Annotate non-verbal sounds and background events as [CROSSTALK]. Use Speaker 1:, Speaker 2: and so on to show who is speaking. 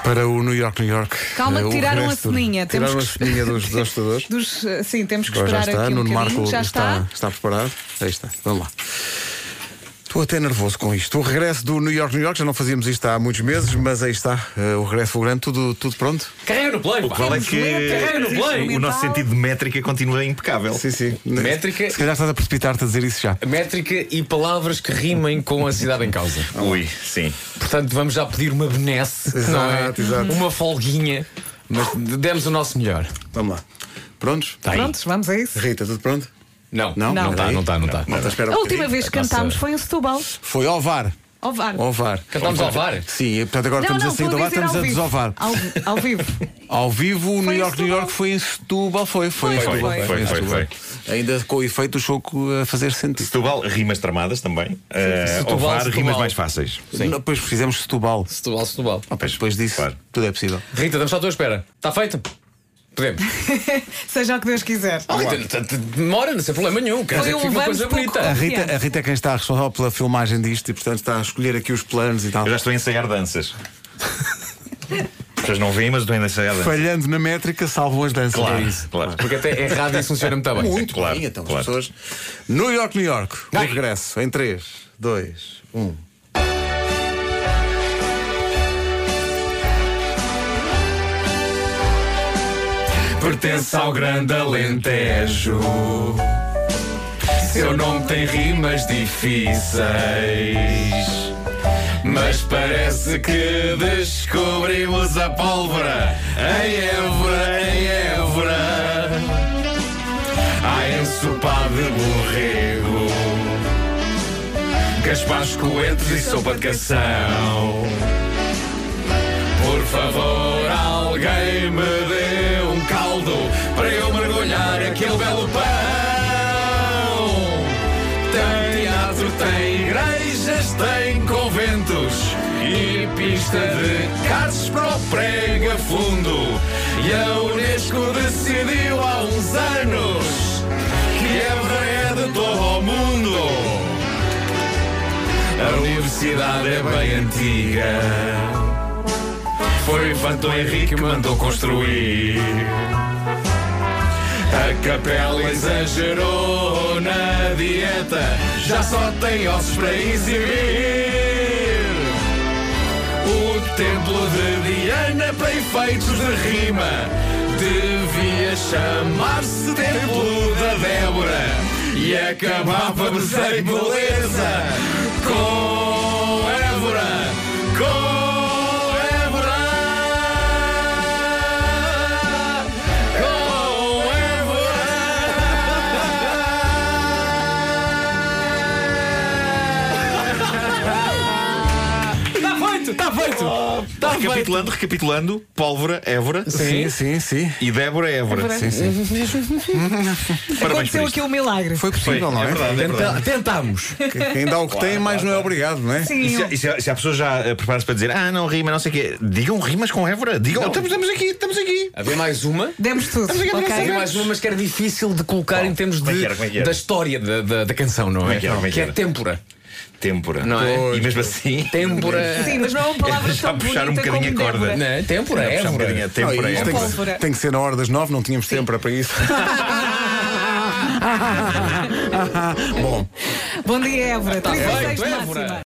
Speaker 1: Para o New York, New York.
Speaker 2: Calma,
Speaker 1: eh, o
Speaker 2: tiraram a
Speaker 1: regresso-
Speaker 2: ceninha, temos
Speaker 1: Tiraram a
Speaker 2: que-
Speaker 1: ceninha dos,
Speaker 2: [LAUGHS]
Speaker 1: dos hostadores.
Speaker 2: Dos, eh, sim, temos que
Speaker 1: Agora já
Speaker 2: esperar
Speaker 1: está,
Speaker 2: aqui um
Speaker 1: Nuno
Speaker 2: bocadinho.
Speaker 1: Marco
Speaker 2: já está.
Speaker 1: está preparado. Aí está, vamos lá. Estou até nervoso com isto. O regresso do New York, New York, já não fazíamos isto há muitos meses, mas aí está. eh, o regresso fulgurante, tudo, tudo pronto?
Speaker 3: Carrega no play, pá.
Speaker 4: Qual é
Speaker 2: Temos letras,
Speaker 4: que
Speaker 3: Carrega no play.
Speaker 4: o nosso sentido de métrica continua impecável?
Speaker 1: Sim, sim.
Speaker 3: Métrica-
Speaker 1: Se calhar estás a precipitar-te a dizer isso já.
Speaker 3: Métrica e palavras que rimem com a cidade em causa.
Speaker 4: Ui, sim.
Speaker 3: Portanto, vamos já pedir uma benesse,
Speaker 1: Exato,
Speaker 3: não é?
Speaker 1: exato.
Speaker 3: Uma folguinha. Mas demos o nosso melhor.
Speaker 1: Vamos lá. Prontos?
Speaker 3: Tá aí.
Speaker 2: Prontos, vamos a isso.
Speaker 1: Rita, tudo pronto?
Speaker 3: Não,
Speaker 1: Não? Espera
Speaker 3: não está,
Speaker 1: aí.
Speaker 3: não está, não tá. está.
Speaker 1: Malta, espera um
Speaker 2: A última
Speaker 1: bocadinho.
Speaker 2: vez que cantámos foi em Setúbal.
Speaker 1: Foi ao VAR.
Speaker 2: Ao VAR.
Speaker 1: Ao VAR.
Speaker 3: Cantámos ao VAR?
Speaker 1: Sim, e, portanto agora
Speaker 2: não,
Speaker 1: estamos
Speaker 2: não,
Speaker 1: a sair
Speaker 2: estou
Speaker 1: do VAR,
Speaker 2: dizer
Speaker 1: estamos
Speaker 2: ao
Speaker 1: a desovar.
Speaker 2: vivo. Ao, ao vivo. [LAUGHS]
Speaker 1: Ao vivo, o New
Speaker 2: em
Speaker 1: York, New
Speaker 2: Setúbal.
Speaker 1: York foi em Setúbal, foi, foi,
Speaker 2: Foi,
Speaker 1: Setúbal,
Speaker 2: foi,
Speaker 1: em
Speaker 4: foi,
Speaker 1: Setúbal. Ainda com o efeito do choco a fazer sentido.
Speaker 4: Setúbal, rimas tramadas também. Eh,
Speaker 3: Setúbal,
Speaker 4: Ou VAR,
Speaker 3: Setúbal.
Speaker 4: rimas mais fáceis.
Speaker 1: Não, Depois fizemos Setúbal. Ah,
Speaker 3: Setúbal, Setúbal.
Speaker 1: Depois disso,
Speaker 4: claro.
Speaker 1: tudo é possível.
Speaker 3: Rita, estamos à tua espera. Está feito? Podemos.
Speaker 2: Seja o que Deus quiser.
Speaker 3: Oh, Rita, t- t- demora, não sem problema nenhum. Quer
Speaker 2: Foi
Speaker 3: dizer que
Speaker 2: um
Speaker 3: fica uma
Speaker 2: vamos
Speaker 3: coisa
Speaker 2: pouco
Speaker 1: A
Speaker 3: bonita.
Speaker 1: Rita, a Rita é quem está responsável pela filmagem disto e, portanto, está a escolher aqui os planos e tal.
Speaker 4: Eu já estou a ensaiar danças. As pessoas não veem, mas estou a ensaiar danças.
Speaker 1: Falhando na métrica, salvam as danças.
Speaker 4: Claro,
Speaker 1: É isso.
Speaker 4: claro.
Speaker 3: Porque até errado isso funciona muito bem.
Speaker 1: Muito
Speaker 4: Claro,
Speaker 1: bem, então,
Speaker 4: claro.
Speaker 1: as pessoas. New York, New York. O
Speaker 3: Vai.
Speaker 1: regresso em um. 3, 2, 1.
Speaker 3: pertence ao grande Alentejo. Seu nome tem rimas difíceis, mas parece que descobrimos a pólvora em Évora, em Évora. Há ensopado de borrego, gaspares coentros e sopa de cação. Por favor, alguém me dê um caldo para eu mergulhar aquele belo pão. Tem teatro, tem igrejas, tem conventos e pista de carros para o prega fundo. E a Unesco decidiu há uns anos que Évora é de todo o mundo. A universidade é bem antiga. Foi o Fanto Henrique que mandou construir. A capela exagerou na dieta, já só tem ossos para exibir. O templo de Diana para efeitos de rima devia chamar-se Templo da Débora e acabava de ser beleza com Évora, com Évora, com Évora. Oh, Está Tá feito, está
Speaker 4: Tá
Speaker 3: feito! Está feito!
Speaker 4: Recapitulando, recapitulando, pólvora, Évora
Speaker 1: Sim, sim, sim.
Speaker 4: e Débora, Évora.
Speaker 2: Évora.
Speaker 4: Sim, sim. Parabéns por
Speaker 2: Aconteceu
Speaker 4: isto.
Speaker 2: aqui um milagre.
Speaker 1: Foi
Speaker 4: Foi,
Speaker 1: possível, não
Speaker 4: é
Speaker 1: é?
Speaker 4: verdade, é verdade.
Speaker 3: Tentámos!
Speaker 1: Quem dá o que tem, mais não é obrigado, não é?
Speaker 2: Sim,
Speaker 4: E se, e se- se a pessoa já eh, prepara-se para dizer, ah, não rima, não sei o quê, digam rimas com Évora. Digam, estamos, estamos aqui, estamos aqui.
Speaker 3: Havia mais uma?
Speaker 2: demos tudo. ok?
Speaker 3: Havia mais uma, mas que era difícil de colocar em termos
Speaker 4: como é que
Speaker 3: de,
Speaker 4: era, como é que era?
Speaker 3: da história da, da, da canção, não é?
Speaker 4: é que era, como é que
Speaker 3: que é
Speaker 4: era?
Speaker 3: têmpora.
Speaker 4: Têmpora.
Speaker 3: Não é?
Speaker 4: E mesmo assim.
Speaker 3: Têmpora.
Speaker 2: Sim, mas não é uma palavra
Speaker 4: Já
Speaker 2: tão
Speaker 4: puxar um
Speaker 2: bonita
Speaker 4: bocadinho
Speaker 2: como
Speaker 4: a
Speaker 1: [LAUGHS]
Speaker 2: [LAUGHS]
Speaker 4: corda.
Speaker 2: Débora.
Speaker 3: Não, é têmpora, é
Speaker 4: Puxar um bocadinho a
Speaker 3: Évora.
Speaker 4: tépora,
Speaker 1: isto tem,
Speaker 4: Évora.
Speaker 2: Pólvora.
Speaker 1: que, tem que ser na hora das nove, não tínhamos tempo para isso. Bom.
Speaker 2: Bom dia, Évora.
Speaker 3: Tá
Speaker 2: 36
Speaker 3: feito,
Speaker 1: Tá
Speaker 2: máxima.
Speaker 3: Évora.